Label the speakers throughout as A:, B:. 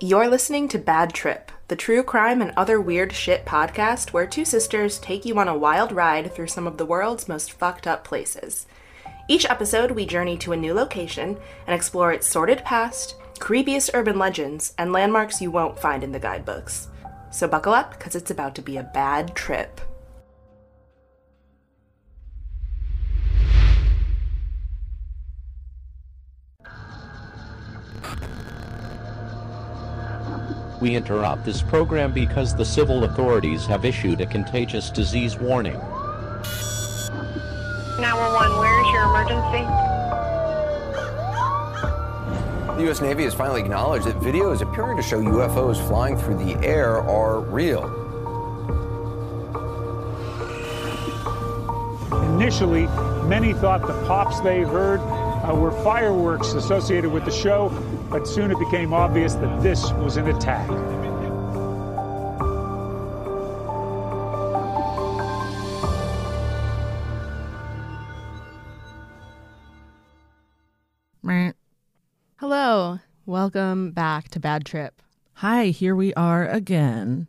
A: You're listening to Bad Trip, the true crime and other weird shit podcast where two sisters take you on a wild ride through some of the world's most fucked up places. Each episode, we journey to a new location and explore its sordid past, creepiest urban legends, and landmarks you won't find in the guidebooks. So buckle up, because it's about to be a bad trip.
B: We interrupt this program because the civil authorities have issued a contagious disease warning.
C: 911, where is your emergency?
D: The U.S. Navy has finally acknowledged that videos appearing to show UFOs flying through the air are real.
E: Initially, many thought the pops they heard uh, were fireworks associated with the show, but soon it became obvious that this was an attack.
F: Meh.
G: Hello, welcome back to Bad Trip.
F: Hi, here we are again.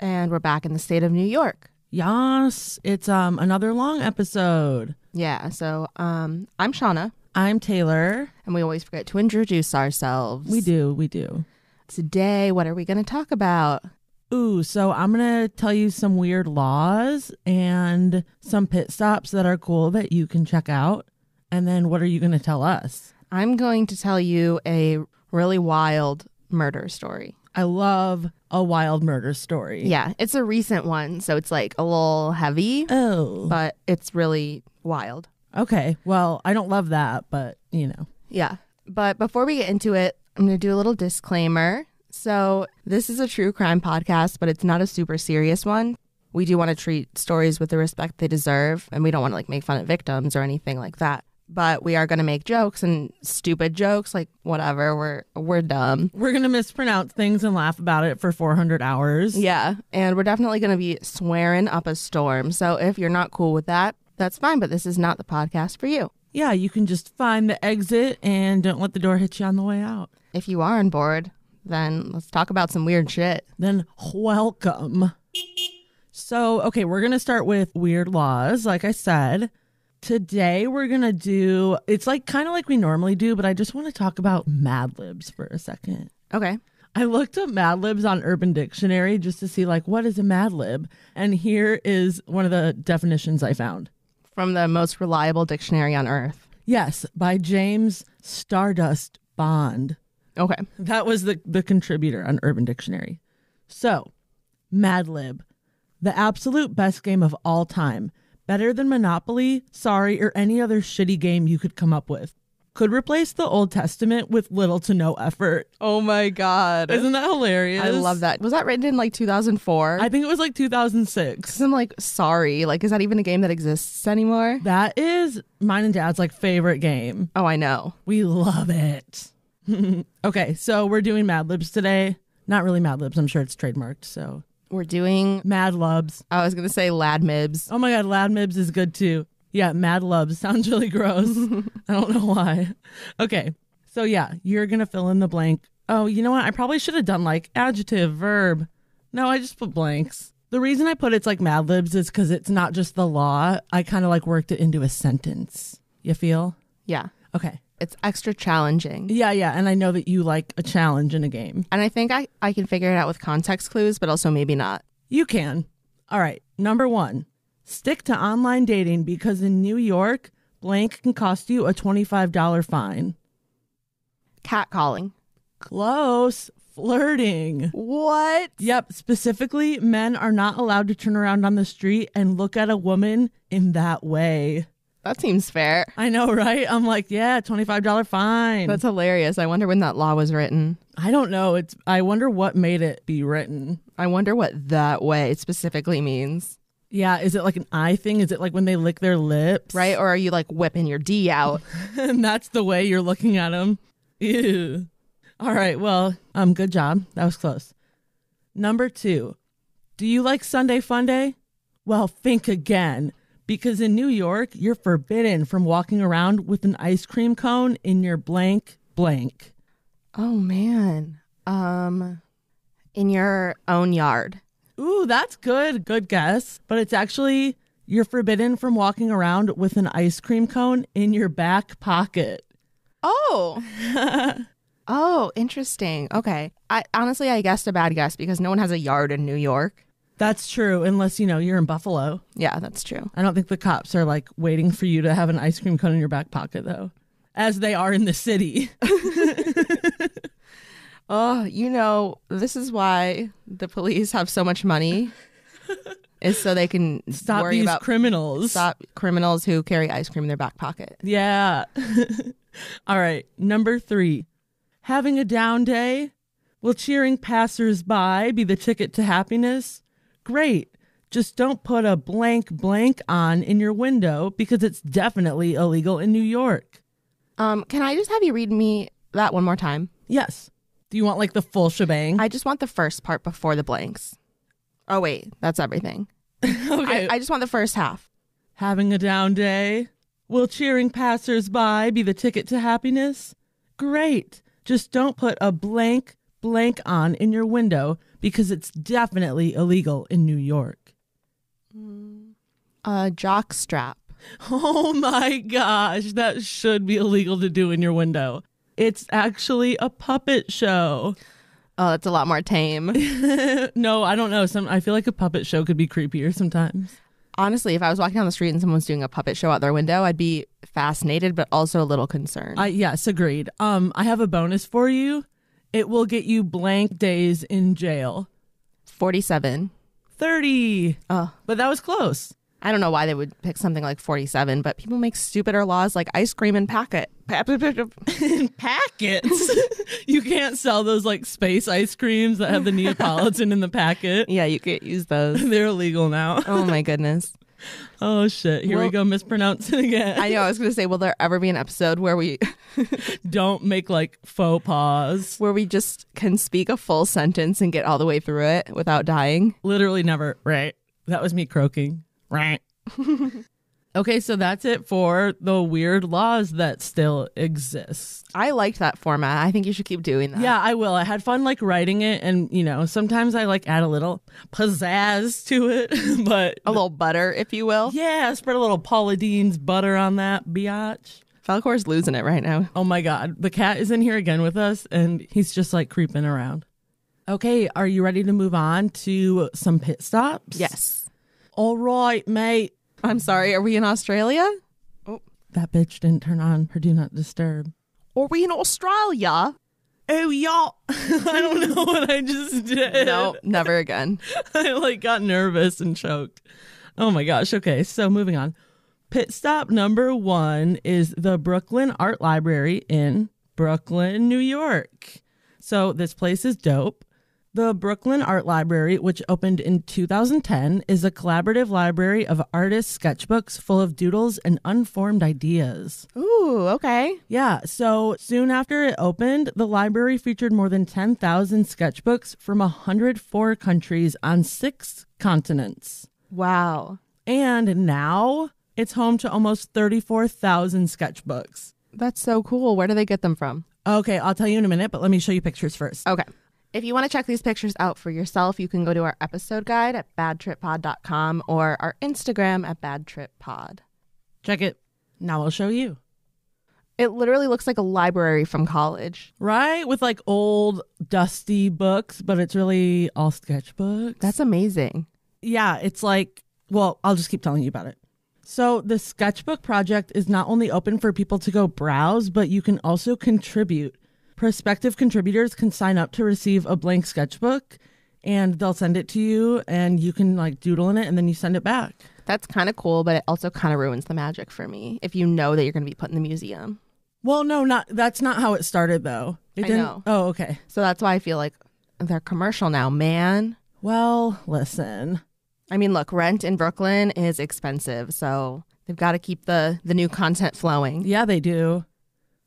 G: And we're back in the state of New York.
F: Yas, it's um another long episode.
G: Yeah, so um I'm Shauna,
F: I'm Taylor.
G: and we always forget to introduce ourselves.
F: We do, we do.
G: Today, what are we going to talk about?
F: Ooh, so I'm gonna tell you some weird laws and some pit stops that are cool that you can check out. And then what are you gonna tell us?
G: I'm going to tell you a really wild murder story.
F: I love a wild murder story.
G: Yeah, it's a recent one, so it's like a little heavy,
F: Oh.
G: but it's really wild.
F: okay. Well, I don't love that, but you know.
G: Yeah. But before we get into it, I'm going to do a little disclaimer. So, this is a true crime podcast, but it's not a super serious one. We do want to treat stories with the respect they deserve, and we don't want to like make fun of victims or anything like that. But we are going to make jokes and stupid jokes, like whatever. We're we're dumb.
F: We're gonna mispronounce things and laugh about it for four hundred hours.
G: Yeah, and we're definitely going to be swearing up a storm. So, if you're not cool with that, that's fine, but this is not the podcast for you.
F: Yeah, you can just find the exit and don't let the door hit you on the way out.
G: If you are on board, then let's talk about some weird shit.
F: Then welcome. So, okay, we're going to start with weird laws, like I said. Today we're going to do it's like kind of like we normally do, but I just want to talk about Mad Libs for a second.
G: Okay.
F: I looked up Mad Libs on Urban Dictionary just to see like what is a Mad Lib, and here is one of the definitions I found.
G: from the most reliable dictionary on earth.
F: Yes, by James Stardust Bond.
G: Okay.
F: That was the, the contributor on Urban Dictionary. So, Mad Lib, the absolute best game of all time. Better than Monopoly, Sorry, or any other shitty game you could come up with. Could replace the Old Testament with little to no effort.
G: Oh my god.
F: Isn't that hilarious?
G: I love that. Was that written in like 2004?
F: I think it was like 2006.
G: I'm like sorry. Like is that even a game that exists anymore?
F: That is mine and dad's like favorite game.
G: Oh, I know.
F: We love it. okay, so we're doing Mad Libs today. Not really Mad Libs, I'm sure it's trademarked. So,
G: We're doing
F: Mad Lubs.
G: I was going to say Lad Mibs.
F: Oh my god, Loud Mibs is good too. Yeah, Mad Lubs sounds really gross. I don't know why. Okay, so yeah, you're gonna fill in the blank. Oh, you know what? I probably should have done like adjective, verb. No, I just put blanks. The reason I put it's like Mad Libs is because it's not just the law. I kind of like worked it into a sentence. You feel?
G: Yeah.
F: Okay.
G: It's extra challenging.
F: Yeah, yeah. And I know that you like a challenge in a game.
G: And I think I I can figure it out with context clues, but also maybe not.
F: You can. All right. Number one, stick to online dating because in New York, blank can cost you a $25 fine.
G: Catcalling.
F: Close. Flirting.
G: What?
F: Yep. Specifically, men are not allowed to turn around on the street and look at a woman in that way.
G: That seems fair.
F: I know, right? I'm like, yeah, $25 fine.
G: That's hilarious. I wonder when that law was written.
F: I don't know. It's I wonder what made it be written.
G: I wonder what that way specifically means,
F: Yeah, is it like an eye thing? Is it like when they lick their lips?
G: right? Or are you like whipping your D out?
F: and that's the way you're looking at him. Ew. All right. Well, um, good job. That was close. Number two, do you like Sunday Fun Day? Well, think again, because in New York, you're forbidden from walking around with an ice cream cone in your blank blank.
G: Oh man. Um, in your own yard.
F: Ooh, that's good. Good guess. But it's actually you're forbidden from walking around with an ice cream cone in your back pocket.
G: Oh. oh, interesting. Okay. I honestly I guessed a bad guess because no one has a yard in New York.
F: That's true, unless you know you're in Buffalo.
G: Yeah, that's true.
F: I don't think the cops are like waiting for you to have an ice cream cone in your back pocket though, as they are in the city.
G: Oh, you know, this is why the police have so much money. is so they can
F: Stop
G: worry
F: these
G: about
F: criminals.
G: stop criminals who carry ice cream in their back pocket.
F: Yeah. All right. Number three, having a down day? Will cheering passersby be the ticket to happiness? Great. Just don't put a blank blank on in your window because it's definitely illegal in New York.
G: Um, can I just have you read me that one more time?
F: Yes. Do you want like the full shebang?
G: I just want the first part before the blanks. Oh wait, that's everything.
F: okay.
G: I, I just want the first half.
F: Having a down day? Will cheering passersby be the ticket to happiness? Great. Just don't put a blank blank on in your window because it's definitely illegal in New York.
G: Uh, jock strap.
F: Oh my gosh, that should be illegal to do in your window. It's actually a puppet show.
G: Oh, that's a lot more tame.
F: No, I don't know. Some I feel like a puppet show could be creepier sometimes.
G: Honestly, if I was walking down the street and someone's doing a puppet show out their window, I'd be fascinated but also a little concerned.
F: I yes, agreed. Um I have a bonus for you. It will get you blank days in jail.
G: 47.
F: 30.
G: Oh.
F: But that was close.
G: I don't know why they would pick something like 47, but people make stupider laws like ice cream in packet.
F: Packets. you can't sell those like space ice creams that have the Neapolitan in the packet.
G: yeah, you can't use those.
F: They're illegal now.
G: Oh my goodness.
F: Oh shit. Here we
G: Well-
F: go mispronouncing again.
G: I know. I was going to say, will there ever be an episode where we
F: Don't make like faux pas.
G: where we just can speak a full sentence and get all the way through it without dying?
F: Literally never. Right. That was me croaking. Right. okay, so that's it for the weird laws that still exist.
G: I liked that format. I think you should keep doing that.
F: Yeah, I will. I had fun like writing it and, you know, sometimes I like add a little pizzazz to it, but
G: a little butter, if you will.
F: Yeah, spread a little Paula Deen's butter on that biatch.
G: Falcor's losing it right now.
F: Oh my God. The cat is in here again with us and he's just like creeping around. Okay, are you ready to move on to some pit stops?
G: Yes.
F: All right, mate.
G: I'm sorry. Are we in Australia?
F: That bitch didn't turn on her do not disturb.
G: Are we in Australia?
F: Oh, y'all. I don't know what I just did.
G: No, never again.
F: I like got nervous and choked. Oh my gosh. Okay, so moving on. Pit stop number one is the Brooklyn Art Library in Brooklyn, New York. So this place is dope. The Brooklyn Art Library, which opened in 2010, is a collaborative library of artists' sketchbooks full of doodles and unformed ideas.
G: Ooh, okay.
F: Yeah, so soon after it opened, the library featured more than 10,000 sketchbooks from 104 countries on six continents.
G: Wow.
F: And now it's home to almost 34,000 sketchbooks.
G: That's so cool. Where do they get them from?
F: Okay, I'll tell you in a minute, but let me show you pictures first.
G: Okay. If you want to check these pictures out for yourself, you can go to our episode guide at badtrippod.com or our Instagram at badtrippod.
F: Check it. Now I'll show you.
G: It literally looks like a library from college.
F: Right? With like old, dusty books, but it's really all sketchbooks.
G: That's amazing.
F: yeah, it's like, well, I'll just keep telling you about it. So, the sketchbook project is not only open for people to go browse, but you can also contribute. Prospective contributors can sign up to receive a blank sketchbook and they'll send it to you and you can like doodle in it and then you send it back.
G: That's kind of cool, but it also kind of ruins the magic for me if you know that you're going to be put in the museum.
F: Well, no, not that's not how it started though. It
G: I know.
F: Oh, okay.
G: So that's why I feel like they're commercial now, man.
F: Well, listen.
G: I mean, look, rent in Brooklyn is expensive, so they've got to keep the the new content flowing.
F: Yeah, they do.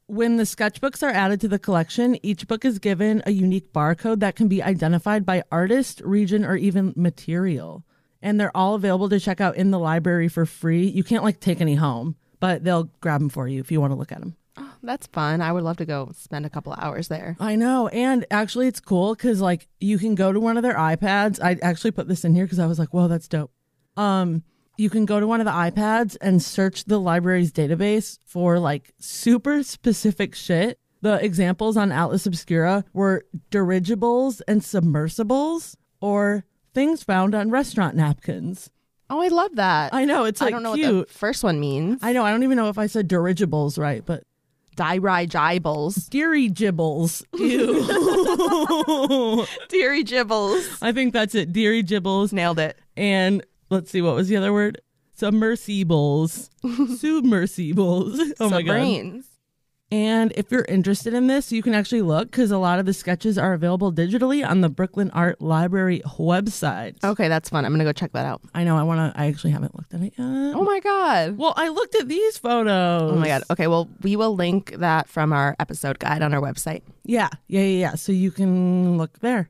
F: When the sketchbooks are added to the collection, each book is given a unique barcode that can be identified by artist, region, or even material. And they're all available to check out in the library for free. You can't like take any home, but they'll grab them for you if you want to look at them.
G: that's fun. I would love to go spend a couple hours there.
F: I know. And actually, it's cool because, like, you can go to one of their iPads. I actually put this in here because I was like, whoa, that's dope. Um, you can go to one of the iPads and search the library's database for like super specific shit. The examples on Atlas Obscura were dirigibles and submersibles or things found on restaurant napkins.
G: Oh, I love that.
F: I know. It's like
G: I don't know
F: cute.
G: what the first one means.
F: I know. I don't even know if I said dirigibles right, but
G: Diry jibbles.
F: deary gibbles. Ew.
G: Deary jibbles.
F: I think that's it. Deary gibbles.
G: Nailed it.
F: And let's see, what was the other word? Submersibles. Submersibles. Oh my God.
G: Submarines.
F: And if you're interested in this, you can actually look because a lot of the sketches are available digitally on the Brooklyn Art Library website.
G: Okay, that's fun. I'm gonna go check that out.
F: I know. I want to, I actually haven't looked at it yet.
G: Oh my god.
F: Well, I looked at these photos.
G: Oh my god. Okay, well we will link that from our episode guide on our website.
F: Yeah. Yeah. Yeah. yeah. So you can look there.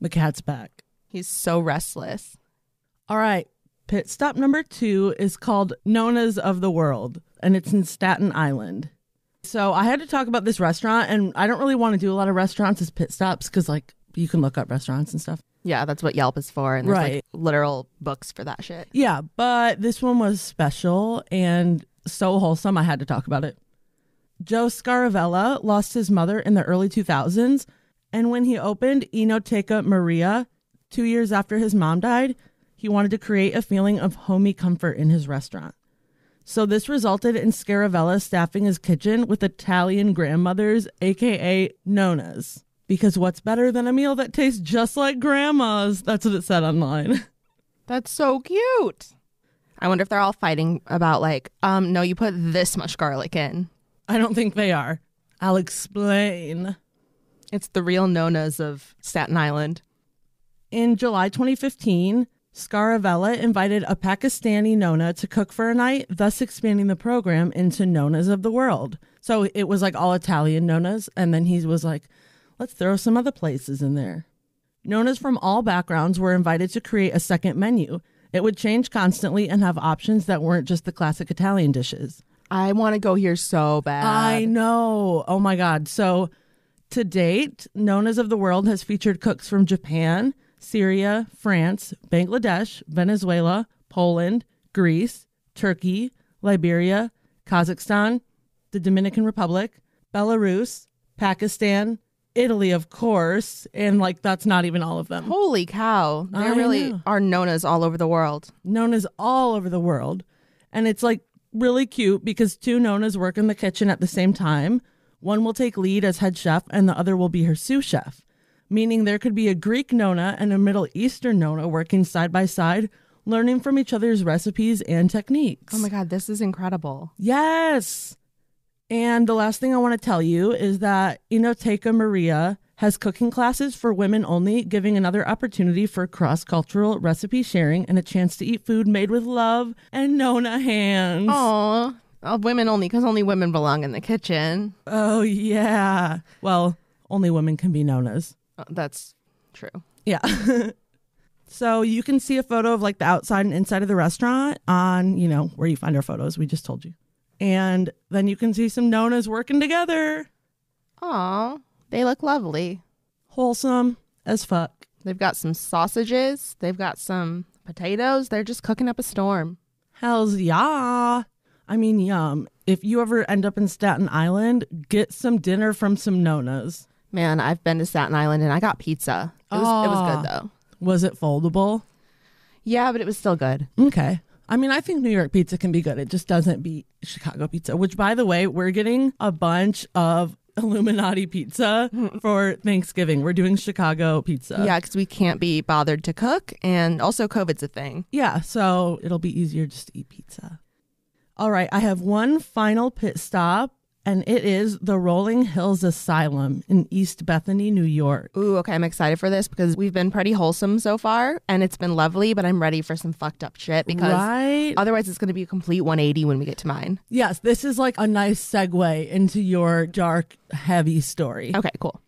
F: The cat's back.
G: He's so restless.
F: All right. Pit stop number two is called Nona's of the World, and it's in Staten Island. So I had to talk about this restaurant, and I don't really want to do a lot of restaurants as pit stops because, like, you can look up restaurants and stuff.
G: Yeah, that's what Yelp is for, and there's
F: Right.
G: like literal books for that shit.
F: Yeah, but this one was special and so wholesome. I had to talk about it. Joe Scaravella lost his mother in the early 2000s. And when he opened Inoteca Maria two years after his mom died, he wanted to create a feeling of homey comfort in his restaurant. So this resulted in Scaravella staffing his kitchen with Italian grandmothers, aka nonas. Because what's better than a meal that tastes just like grandma's? That's what it said online.
G: That's so cute. I wonder if they're all fighting about like, um, no, you put this much garlic in.
F: I don't think they are. I'll explain.
G: It's the real nonas of Staten Island.
F: In July 2015, Scaravella invited a Pakistani Nona to cook for a night, thus expanding the program into Nonas of the World. So it was like all Italian Nonas, and then he was like, let's throw some other places in there. Nonas from all backgrounds were invited to create a second menu. It would change constantly and have options that weren't just the classic Italian dishes.
G: I want to go here so bad.
F: I know. Oh my God. So to date, Nona's of the World has featured cooks from Japan, Syria, France, Bangladesh, Venezuela, Poland, Greece, Turkey, Liberia, Kazakhstan, the Dominican Republic, Belarus, Pakistan, Italy, of course. And like, that's not even all of them.
G: Holy cow. There
F: I
G: really
F: know.
G: are nonas all over the world.
F: known as all over the world. And it's like really cute because two Nonas work in the kitchen at the same time. One will take lead as head chef and the other will be her sous chef, meaning there could be a Greek Nona and a Middle Eastern Nona working side by side, learning from each other's recipes and techniques.
G: Oh my God, this is incredible.
F: Yes. And the last thing I want to tell you is that Inoteca Maria has cooking classes for women only, giving another opportunity for cross cultural recipe sharing and a chance to eat food made with love and Nona hands.
G: Aw. Oh, women only, because only women belong in the kitchen.
F: Oh, yeah. Well, only women can be Nonas.
G: Oh, that's true.
F: Yeah. so you can see a photo of like the outside and inside of the restaurant on, you know, where you find our photos. We just told you. And then you can see some Nonas working together.
G: Aw, they look lovely.
F: wholesome as fuck.
G: They've got some sausages, they've got some potatoes. They're just cooking up a storm.
F: Hell's yeah. I mean, yum. If you ever end up in Staten Island, get some dinner from some Nonas.
G: Man, I've been to Staten Island and I got pizza. It was, it was good though.
F: Was it foldable?
G: Yeah, but it was still good.
F: Okay. I mean, I think New York pizza can be good. It just doesn't beat Chicago pizza, which, by the way, we're getting a bunch of Illuminati pizza for Thanksgiving. We're doing Chicago pizza.
G: Yeah, because we can't be bothered to cook, and also COVID's a thing.
F: Yeah, so it'll be easier just to eat pizza. All right, I have one final pit stop, and it is the Rolling Hills Asylum in East Bethany, New York.
G: Ooh, okay, I'm excited for this because we've been pretty wholesome so far, and it's been lovely. But I'm ready for some fucked up shit because
F: Right?
G: otherwise it's going to be a complete 180 when we get to mine.
F: Yes, this is like a nice segue into your dark, heavy story.
G: Okay, cool.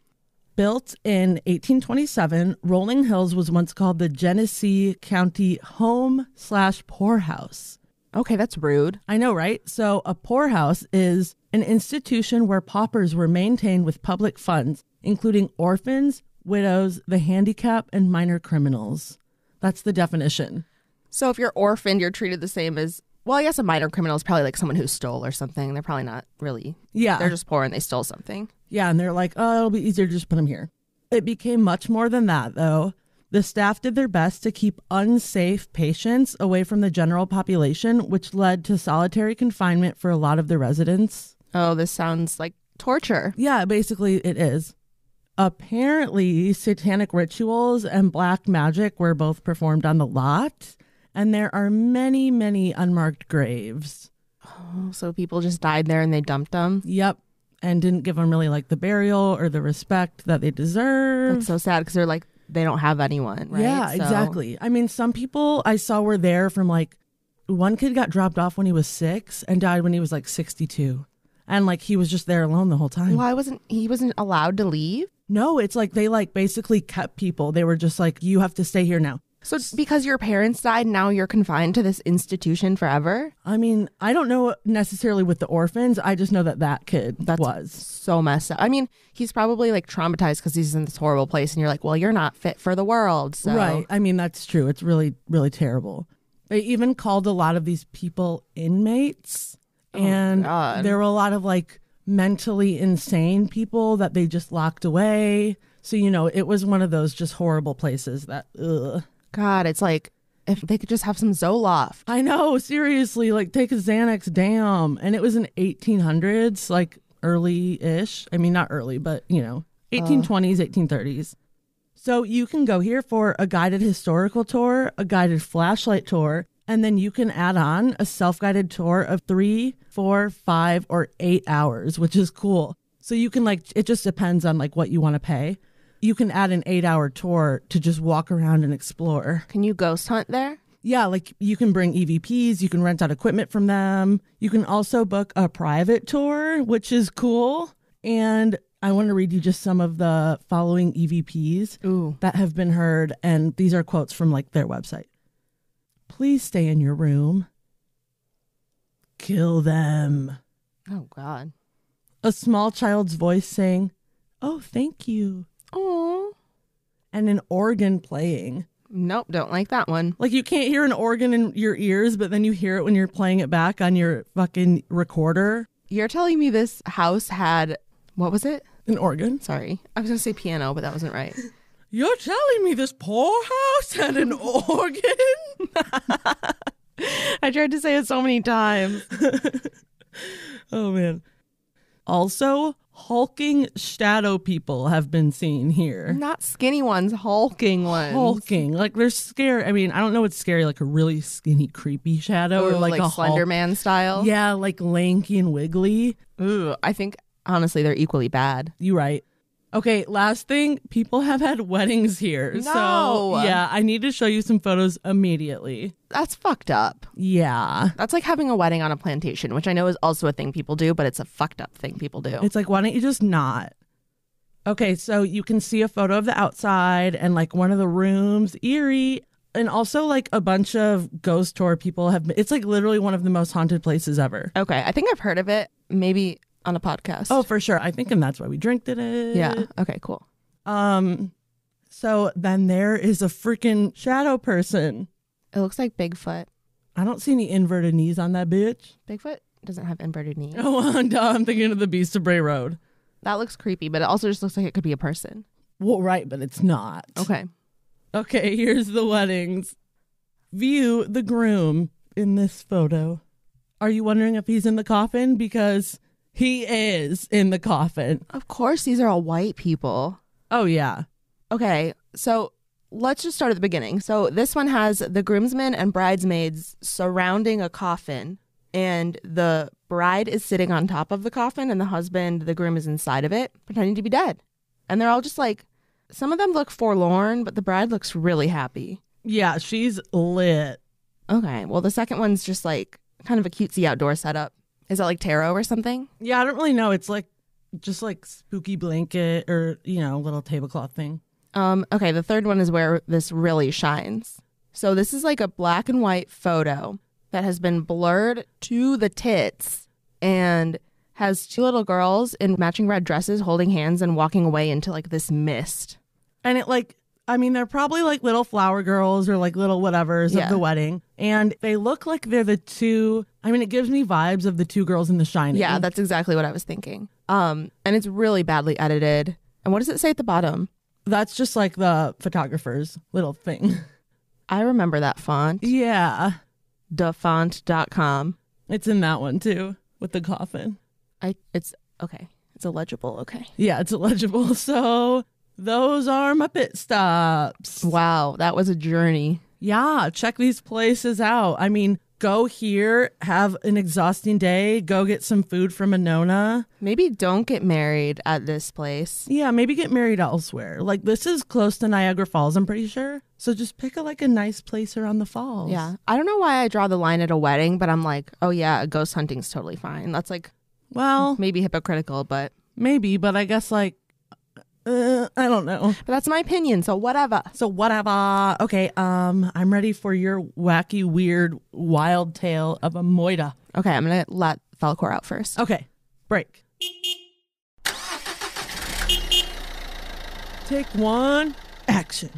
F: Built in 1827, Rolling Hills was once called the Genesee County Home slash Poorhouse.
G: Okay, that's rude.
F: I know, right? So a poorhouse is an institution where paupers were maintained with public funds, including orphans, widows, the handicapped, and minor criminals. That's the definition.
G: So if you're orphaned, you're treated the same as well. I guess a minor criminal is probably like someone who stole or something. They're probably not really.
F: Yeah.
G: They're just poor and they stole something.
F: Yeah, and they're like, oh, it'll be easier to just put them here. It became much more than that, though. The staff did their best to keep unsafe patients away from the general population, which led to solitary confinement for a lot of the residents.
G: Oh, this sounds like torture.
F: Yeah, basically, it is. Apparently, satanic rituals and black magic were both performed on the lot, and there are many, many unmarked graves.
G: So people just died there and they dumped them.
F: Yep. And didn't give them really like the burial or the respect that they deserve.
G: That's so sad because they're like they don't have anyone. Right?
F: Yeah,
G: So-
F: exactly. I mean, some people I saw were there from like one kid got dropped off when he was six and died when he was like 62. And like he was just there alone the whole time.
G: Why wasn't he wasn't allowed to leave?
F: No, it's like they like basically kept people. They were just like, you have to stay here now.
G: So because your parents died, now you're confined to this institution forever.
F: I mean, I don't know necessarily with the orphans. I just know that that kid
G: That's
F: was.
G: so messed up. I mean, he's probably like traumatized because he's in this horrible place, and you're like, well, you're not fit for the world. So.
F: Right. I mean, that's true. It's really, really terrible. They even called a lot of these people inmates. and
G: Oh God.
F: there were a lot of like mentally insane people that they just locked away. So, you know, it was one of those just horrible places that, ugh.
G: God, it's like if they could just have some Zoloft.
F: I know, seriously, like take a Xanax, damn. And it was in 1800s, like early ish. I mean, not early, but you know, 1820s, 1830s. So you can go here for a guided historical tour, a guided flashlight tour, and then you can add on a self guided tour of three, four, five, or eight hours, which is cool. So you can like, it just depends on like what you want to pay. You can add an eight hour tour to just walk around and explore.
G: Can you ghost hunt there?
F: Yeah, like you can bring EVPs, you can rent out equipment from them. You can also book a private tour, which is cool. And I want to read you just some of the following EVPs that have been heard. And these are quotes from like their website Please stay in your room. Kill them.
G: Oh God.
F: A small child's voice saying, Oh, thank you.
G: Oh.
F: And an organ playing.
G: Nope, don't like that one.
F: Like you can't hear an organ in your ears, but then you hear it when you're playing it back on your fucking recorder.
G: You're telling me this house had what was it?
F: An organ.
G: Sorry. I was gonna say piano, but that wasn't right.
F: You're telling me this poor house had an organ?
G: I tried to say it so many times.
F: Oh man. Also, hulking shadow people have been seen here.
G: Not skinny ones, hulking ones.
F: Hulking, like they're scary. I mean, I don't know what's scary, like a really skinny, creepy shadow,
G: Or
F: or like,
G: Oh,
F: a
G: like, Slender Man style.
F: Hulk. Yeah, like lanky and wiggly.
G: Ooh, I think honestly they're equally bad.
F: You right. Okay, last thing, people have had weddings here.
G: No.
F: So, yeah, I need to show you some photos immediately.
G: That's fucked up.
F: Yeah.
G: That's like having a wedding on a plantation, which I know is also a thing people do, but it's a fucked up thing people do.
F: It's like, why don't you just not? Okay, so you can see a photo of the outside and like one of the rooms, eerie. And also, like a bunch of ghost tour people have. It's like literally one of the most haunted places ever.
G: okay, I think I've heard of it, maybe on a podcast.
F: Oh, for sure. I think, and that's why we drink did it.
G: yeah. Okay, cool.
F: Um. So then there is a freaking shadow person.
G: It looks like Bigfoot.
F: I don't see any inverted knees on that bitch.
G: Bigfoot doesn't have inverted knees.
F: Oh, no, I'm thinking of the Beast of Bray Road.
G: That looks creepy, but it also just looks like it could be a person.
F: Well, right, but it's not.
G: Okay.
F: Okay, here's the weddings. View the groom in this photo. Are you wondering if he's in the coffin? Because he is in the coffin.
G: Of course, these are all white people.
F: Oh, yeah.
G: Okay, so let's just start at the beginning. So this one has the groomsmen and bridesmaids surrounding a coffin, and the bride is sitting on top of the coffin, and the husband, the groom, is inside of it, pretending to be dead. And they're all just like, some of them look forlorn, but the bride looks really happy.
F: Yeah, she's lit.
G: Okay, well, the second one's just like kind of a cutesy outdoor setup. Is that like tarot or something?
F: Yeah, I don't really know. It's like just like spooky blanket or, you know, little tablecloth thing.
G: Um, okay, the third one is where this really shines. So this is like a black and white photo that has been blurred to the tits and has two little girls in matching red dresses holding hands and walking away into like this mist.
F: And it like I mean they're probably like little flower girls or like little whatevers
G: Yeah.
F: of the wedding. And they look like they're the two I mean it gives me vibes of the two girls in the shining.
G: Yeah, that's exactly what I was thinking. Um, and it's really badly edited. And what does it say at the bottom?
F: that's just like the photographer's little thing.
G: I remember that font,
F: yeah.
G: defont.com.
F: It's in that one too with the coffin.
G: I it's okay. It's illegible. Okay.
F: Yeah, it's illegible. So those are my pit stops.
G: Wow, that was a journey.
F: Yeah, check these places out. I mean, go here, have an exhausting day, go get some food from Anona.
G: Maybe don't get married at this place.
F: Yeah, maybe get married elsewhere. Like this is close to Niagara Falls, I'm pretty sure. So just pick a like a nice place around the falls.
G: Yeah. I don't know why I draw the line at a wedding, but I'm like, oh yeah, ghost hunting's totally fine. That's like
F: Well,
G: maybe hypocritical, but
F: maybe, but I guess like uh, I don't know.
G: but that's my opinion, so whatever.
F: So whatever. Okay, um I'm ready for your wacky weird wild tale of a moida.
G: Okay, I'm gonna let Falcor out first.
F: Okay, break. Take one. Action.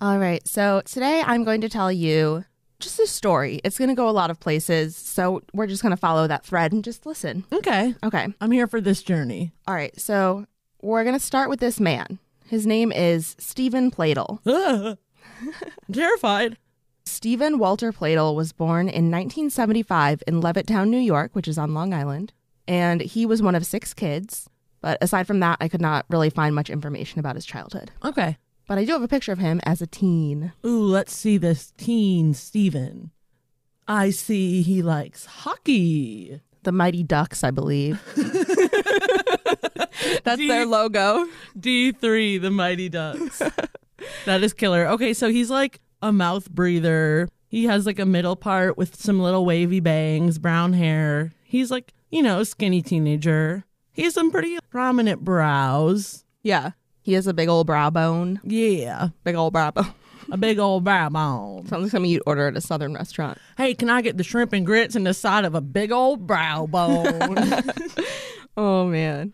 G: All right, so today I'm going to tell you just a story. It's gonna go a lot of places, so we're just gonna follow that thread and just listen.
F: Okay.
G: Okay.
F: I'm here for this journey.
G: All right, so we're gonna start with this man. His name is Stephen Platel.
F: Ugh. I'm terrified.
G: Stephen Walter Platel was born in 1975 in Levittown, New York, which is on Long Island, and he was one of six kids. But aside from that, I could not really find much information about his childhood.
F: Okay.
G: But I do have a picture of him as a teen.
F: Ooh, let's see this teen Steven. I see he likes hockey.
G: The Mighty Ducks, I believe. That's their logo.
F: D3, the Mighty Ducks. that is killer. Okay, so he's like a mouth breather. He has like a middle part with some little wavy bangs, brown hair. He's like, you know, skinny teenager. He has some pretty prominent brows.
G: Yeah. He has a big old brow bone.
F: Yeah,
G: Big old brow bone.
F: a big old brow bone.
G: Sounds like something you'd order at a southern restaurant.
F: Hey, can I get the shrimp and grits and the side of a big old brow bone?
G: Oh, man.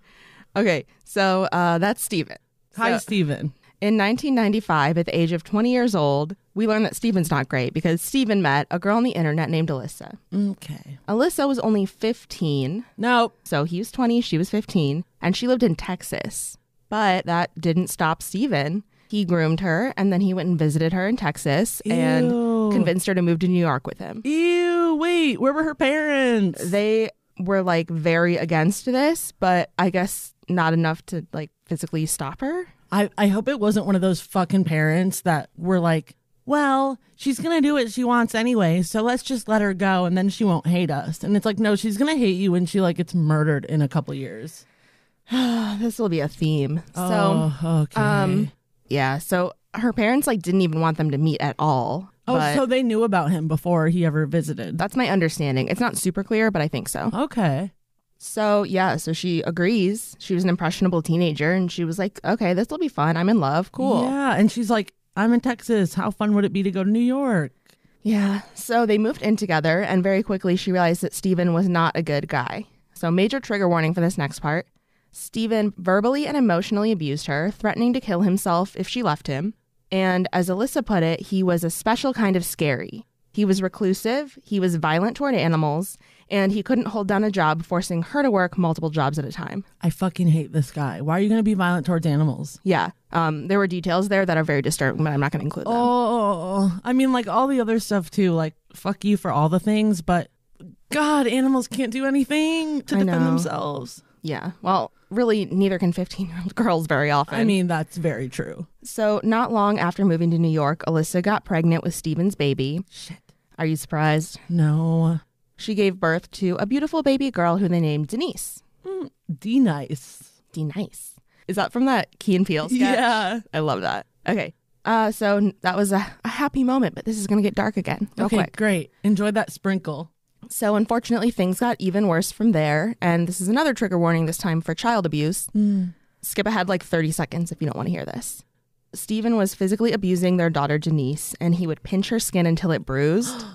G: Okay, so uh, that's Steven.
F: Hi,
G: So-
F: Steven.
G: In 1995, at the age of 20 years old, we learned that Steven's not great because Steven met a girl on the internet named Alyssa.
F: Okay.
G: Alyssa was only 15,
F: Nope.
G: so he was 20, she was 15, and she lived in Texas. But that didn't stop Steven. He groomed her, and then he went and visited her in Texas and
F: Ew.
G: convinced her to move to New York with him.
F: Ew, wait, where were her parents?
G: They were like very against this, but I guess not enough to like physically stop her.
F: I, I hope it wasn't one of those fucking parents that were like, well, she's going to do what she wants anyway, so let's just let her go and then she won't hate us. And it's like, no, she's going to hate you when she like gets murdered in a couple years.
G: Oh, This will be a theme. so
F: oh, okay.
G: Um, yeah. So her parents like didn't even want them to meet at all.
F: oh,
G: but
F: so they knew about him before he ever visited.
G: that's my understanding. It's not super clear, but I think so.
F: Uh-huh. okay.
G: So yeah. So she agrees. She was an impressionable teenager, and she was like, "Okay, this will be fun. I'm in love. Cool."
F: Yeah, and she's like, I'm in Texas. How fun would it be to go to New York?
G: Yeah. So they moved in together, and very quickly she realized that Steven was not a good guy. So, major trigger warning for this next part. Steven verbally and emotionally abused her, threatening to kill himself if she left him. And as Alyssa put it, he was a special kind of scary. He was reclusive, he was violent toward animals, and he couldn't hold down a job, forcing her to work multiple jobs at a time.
F: I fucking hate this guy. Why are you going to be violent towards animals?
G: Yeah, um, there were details there that are very disturbing, but I'm not going to include them.
F: Oh, I mean, like all the other stuff too. Like, fuck you for all the things, but God, animals can't do anything to
G: I
F: defend
G: know.
F: themselves.
G: Yeah, well, really, neither can 15 year old girls very often.
F: I mean, that's very true.
G: So, not long after moving to New York, Alyssa got pregnant with Steven's baby.
F: Shit.
G: Are you surprised?
F: No.
G: She gave birth to a beautiful baby girl who they named Denise.
F: D nice.
G: Denise. Is that from that Key and Peele sketch?
F: Yeah.
G: I love that. Okay. Uh, so n- that was a, a happy moment, but this is going to get dark again real
F: okay,
G: quick.
F: great. Enjoy that sprinkle.
G: So, unfortunately, things got even worse from there. And this is another trigger warning, this time for child abuse. Skip ahead like 30 seconds if you don't want to hear this. Stephen was physically abusing their daughter, Denise, and he would pinch her skin until it bruised.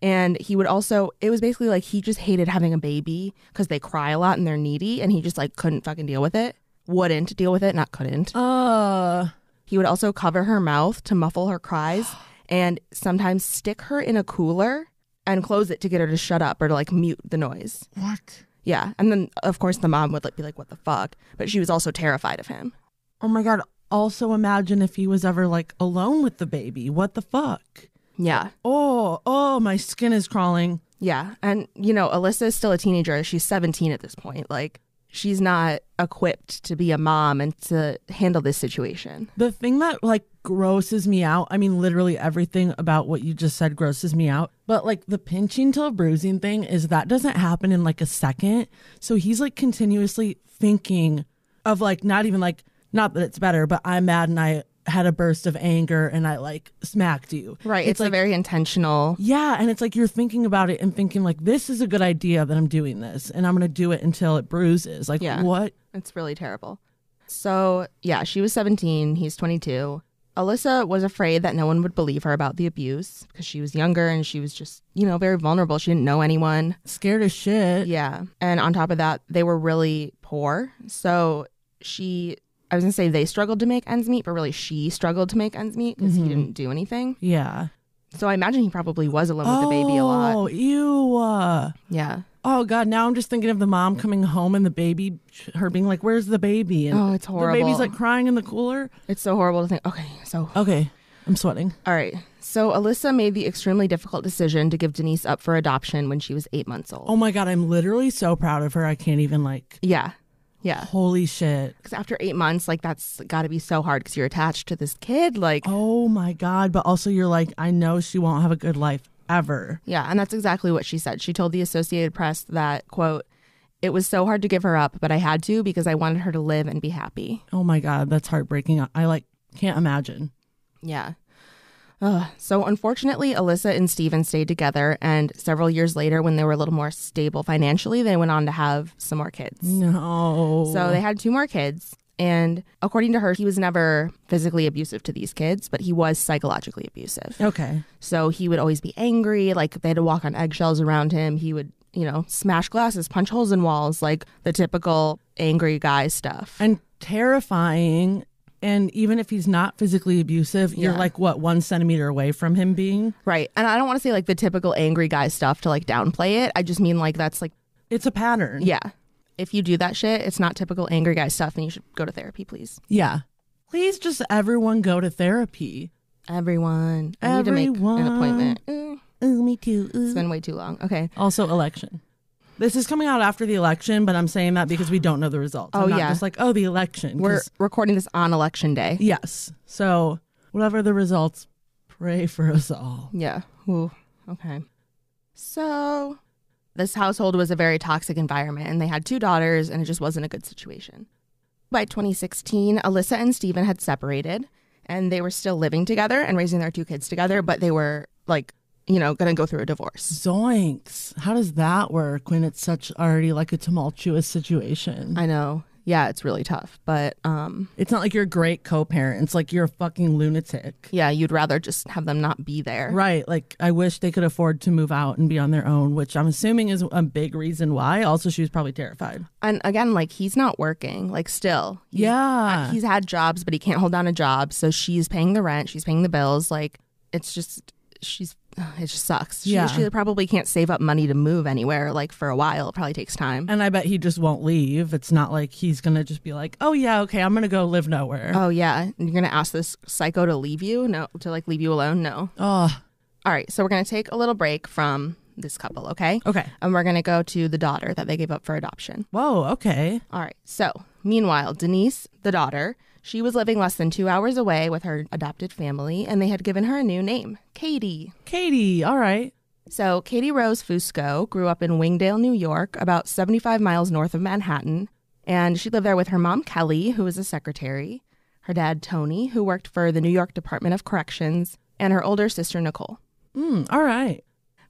G: And he would also, it was basically like he just hated having a baby because they cry a lot and they're needy. And he just like couldn't fucking deal with it. Wouldn't deal with it, not couldn't.
F: Uh,
G: He would also cover her mouth to muffle her cries and sometimes stick her in a cooler and close it to get her to shut up or to like mute the noise.
F: what?
G: Yeah. And then, of course, the mom would like, be like, what the fuck? But she was also terrified of him.
F: Oh my god. Also imagine if he was ever like alone with the baby. What the fuck?
G: Yeah.
F: Oh, oh, my skin is crawling.
G: Yeah. And, you know, Alyssa is still a teenager. She's 17 at this point. Like, she's not equipped to be a mom and to handle this situation.
F: The thing that like grosses me out, I mean literally everything about what you just said grosses me out, but like the pinching till bruising thing is that doesn't happen in like a second. So he's like continuously thinking of like not even like not that it's better, but I'm mad and I had a burst of anger and I like smacked you.
G: Right. It's,
F: like
G: a very intentional.
F: Yeah, and it's like you're thinking about it and thinking like this is a good idea that I'm doing this and I'm going to do it until it bruises. Like
G: Yeah.
F: what?
G: It's really terrible. So, yeah, she was 17. He's 22. Alyssa was afraid that no one would believe her about the abuse because she was younger and she was just, you know, very vulnerable. She didn't know anyone.
F: Scared as shit.
G: Yeah. And on top of that, they were really poor. So she, I was going to say they struggled to make ends meet, but really she struggled to make ends meet because
F: Mm-hmm.
G: he didn't do anything.
F: Yeah.
G: So I imagine he probably was alone with the baby a lot.
F: Oh, ew. Uh,
G: Yeah.
F: oh god, now I'm just thinking of the mom coming home and the baby her being like, "Where's the baby?" and
G: Oh, it's
F: The
G: horrible.
F: baby's like crying in the cooler.
G: It's so horrible to think. Okay. So,
F: Okay. I'm sweating.
G: all right. So Alyssa made the extremely difficult decision to give Denise up for adoption when she was eight months old.
F: Oh my god, I'm literally so proud of her. I can't even like
G: Yeah. Yeah.
F: holy shit.
G: Because after eight months, like that's got to be so hard because you're attached to this kid. Like,
F: Oh my god, but also you're like, I know she won't have a good life ever.
G: Yeah, and that's exactly what she said. She told the Associated Press that, quote, it was so hard to give her up, but I had to because I wanted her to live and be happy.
F: Oh my god, that's heartbreaking. I- I like can't imagine.
G: Yeah. Ugh. So unfortunately, Alyssa and Steven stayed together, and several years later, when they were a little more stable financially, they went on to have some more kids.
F: No.
G: So they had two more kids. And according to her, he was never physically abusive to these kids, but he was psychologically abusive.
F: okay.
G: So he would always be angry. Like they had to walk on eggshells around him. He would, you know, smash glasses, punch holes in walls, like the typical angry guy stuff.
F: And terrifying. And even if he's not physically abusive, you're
G: Yeah.
F: like what one centimeter away from him being.
G: right. And I don't want to say like the typical angry guy stuff to like downplay it. I just mean like that's like,
F: It's a pattern.
G: yeah. If you do that shit, it's not typical angry guy stuff and you should go to therapy, please.
F: Yeah. Please just everyone go to therapy.
G: Everyone. I need to make an appointment. Mm,
F: Ooh, me too.
G: It's been way too long. Okay.
F: Also, election. This is coming out after the election, but I'm saying that because we don't know the results.
G: Oh,
F: I'm not
G: yeah.
F: Just like oh, the election.
G: We're
F: 'cause-
G: recording this on election day.
F: yes. So whatever the results, pray for us all.
G: Yeah. Ooh. Okay. So this household was a very toxic environment and they had two daughters and it just wasn't a good situation. By 2016, Alyssa and Steven had separated and they were still living together and raising their two kids together, but they were like, you know, going to go through a divorce.
F: Zoinks. How does that work when it's such already like a tumultuous situation?
G: I know. Yeah, it's really tough, but um
F: It's not like you're a great co parent. It's like you're a fucking lunatic.
G: yeah, you'd rather just have them not be there.
F: Right. Like, I wish they could afford to move out and be on their own, which I'm assuming is a big reason why. Also, she was probably terrified.
G: And again, like he's not working, like still. He's-
F: Yeah.
G: he's had jobs, but he can't hold down a job. So she's paying the rent, she's paying the bills. Like it's just she's it just sucks. She,
F: Yeah.
G: she probably can't save up money to move anywhere. Like for a while, it probably takes time.
F: And I bet he just won't leave. It's not like he's going to just be like, oh, yeah, okay, I'm going to go live nowhere.
G: oh yeah, And you're gonna ask this psycho to leave you? No, to like leave you alone? No.
F: oh,
G: All right, so we're gonna take a little break from this couple, okay?
F: okay.
G: And we're gonna go to the daughter that they gave up for adoption.
F: Whoa, okay.
G: All right. So, meanwhile, Denise, the daughter, she was living less than two hours away with her adopted family, and they had given her a new name, Katie.
F: Katie, all right.
G: So, Katie Rose Fusco grew up in Wingdale, New York, about 75 miles north of Manhattan, and she lived there with her mom, Kelly, who was a secretary, her dad, Tony, who worked for the New York Department of Corrections, and her older sister, Nicole.
F: Mm, all right.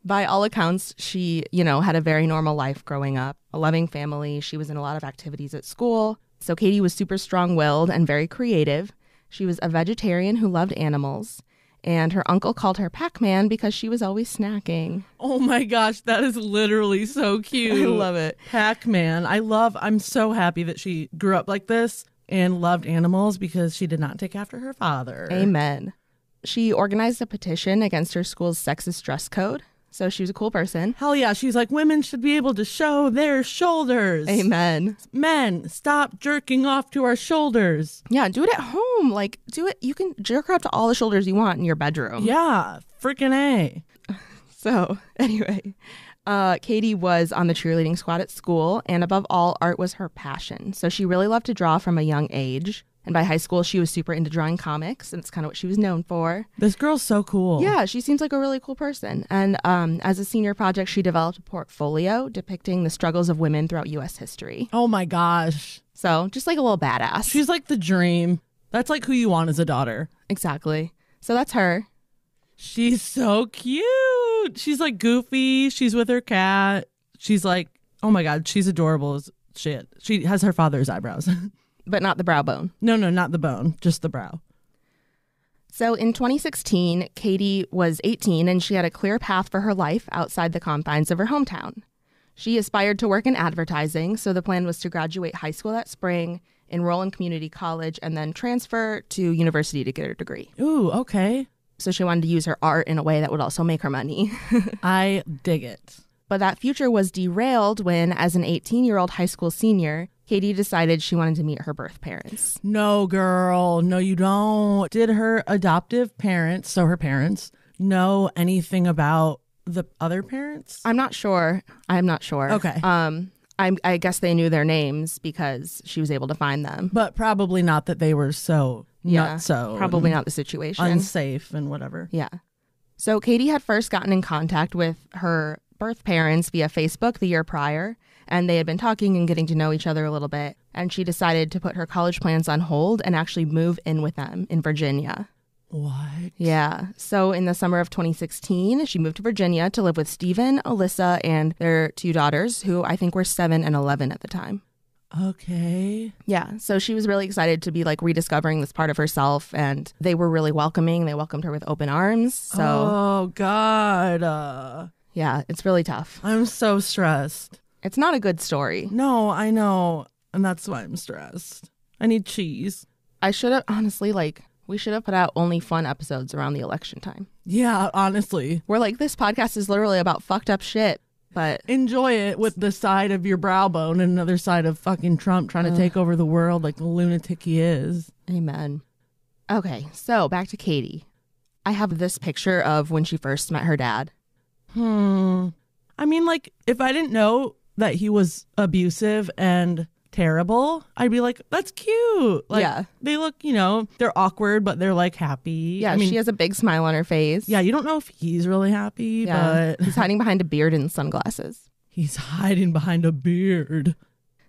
G: By all accounts, she, you know, had a very normal life growing up, a loving family. She was in a lot of activities at school. So Katie was super strong willed and very creative. She was a vegetarian who loved animals. and her uncle called her Pac Man because she was always snacking.
F: Oh my gosh, that is literally so cute.
G: I love it.
F: Pac Man. I love, I'm so happy that she grew up like this and loved animals because she did not take after her father.
G: Amen. She organized a petition against her school's sexist dress code, so she was a cool person.
F: Hell yeah. She's like, women should be able to show their shoulders.
G: Amen.
F: Men, stop jerking off to our shoulders.
G: Yeah, do it at home. Like, do it. You can jerk off to all the shoulders you want in your bedroom.
F: Yeah, freaking A.
G: So, anyway, uh, Katie was on the cheerleading squad at school, and above all, art was her passion. So, she really loved to draw from a young age. And by high school, she was super into drawing comics, and it's kind of what she was known for.
F: This girl's so cool.
G: Yeah, she seems like a really cool person. And um, as a senior project, she developed a portfolio depicting the struggles of women throughout U.S. history.
F: Oh my gosh.
G: So, just like a little badass.
F: She's like the dream. That's like who you want as a daughter.
G: exactly. So, that's her.
F: She's so cute. She's like goofy. She's with her cat. She's like, oh my God, she's adorable as shit. She has her father's eyebrows.
G: But not the brow bone.
F: no, no, not the bone, just the brow.
G: So in 2016, Katie was 18 and she had a clear path for her life outside the confines of her hometown. She aspired to work in advertising, so the plan was to graduate high school that spring, enroll in community college, and then transfer to university to get her degree.
F: Ooh, okay.
G: So she wanted to use her art in a way that would also make her money.
F: I dig it.
G: but that future was derailed when, as an 18 year old high school senior, Katie decided she wanted to meet her birth parents.
F: No, girl. No, you don't. Did her adoptive parents, so her parents, know anything about the other parents?
G: I'm not sure. I'm not sure.
F: Okay.
G: Um, I, I guess they knew their names because she was able to find them.
F: But probably not that they were so
G: Yeah.
F: not so
G: probably not the situation.
F: unsafe and whatever.
G: yeah. So Katie had first gotten in contact with her birth parents via Facebook the year prior, and they had been talking and getting to know each other a little bit. And she decided to put her college plans on hold and actually move in with them in Virginia.
F: What?
G: Yeah. So in the summer of 2016, she moved to Virginia to live with Stephen, Alyssa, and their two daughters, who I think were seven and 11 at the time.
F: Okay.
G: Yeah. So she was really excited to be like rediscovering this part of herself. And they were really welcoming. They welcomed her with open arms. So
F: oh God, uh,
G: yeah, it's really tough.
F: I'm so stressed.
G: It's not a good story.
F: No, I know, and that's why I'm stressed. I need cheese.
G: I should have honestly, like, we should have put out only fun episodes around the election time.
F: Yeah, honestly,
G: We're like, this podcast is literally about fucked up shit. But
F: enjoy it with the side of your brow bone and another side of fucking Trump trying to take over the world like the lunatic he is.
G: amen. Okay. So back to Katie. I have this picture of when she first met her dad.
F: Hmm. I mean, like, if I didn't know that he was abusive and terrible, I'd be like, that's cute. Like,
G: Yeah.
F: they look, you know, they're awkward, but they're like happy.
G: Yeah.
F: I mean,
G: she has a big smile on her face.
F: yeah, you don't know if he's really happy,
G: Yeah.
F: but
G: He's hiding behind a beard and sunglasses.
F: he's hiding behind a beard.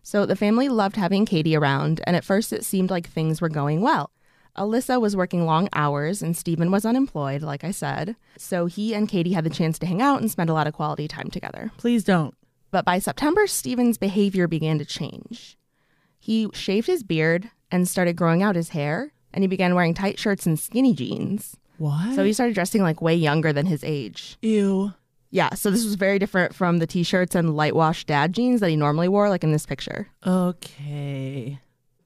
G: So the family loved having Katie around, and at first it seemed like things were going well. Alyssa was working long hours, and Stephen was unemployed, like I said. So he and Katie had the chance to hang out and spend a lot of quality time together.
F: Please don't.
G: But by September, Stephen's behavior began to change. He shaved his beard and started growing out his hair, and he began wearing tight shirts and skinny jeans.
F: What?
G: So he started dressing like way younger than his age.
F: Ew.
G: Yeah, so this was very different from the t shirts and light wash dad jeans that he normally wore, like in this picture.
F: Okay.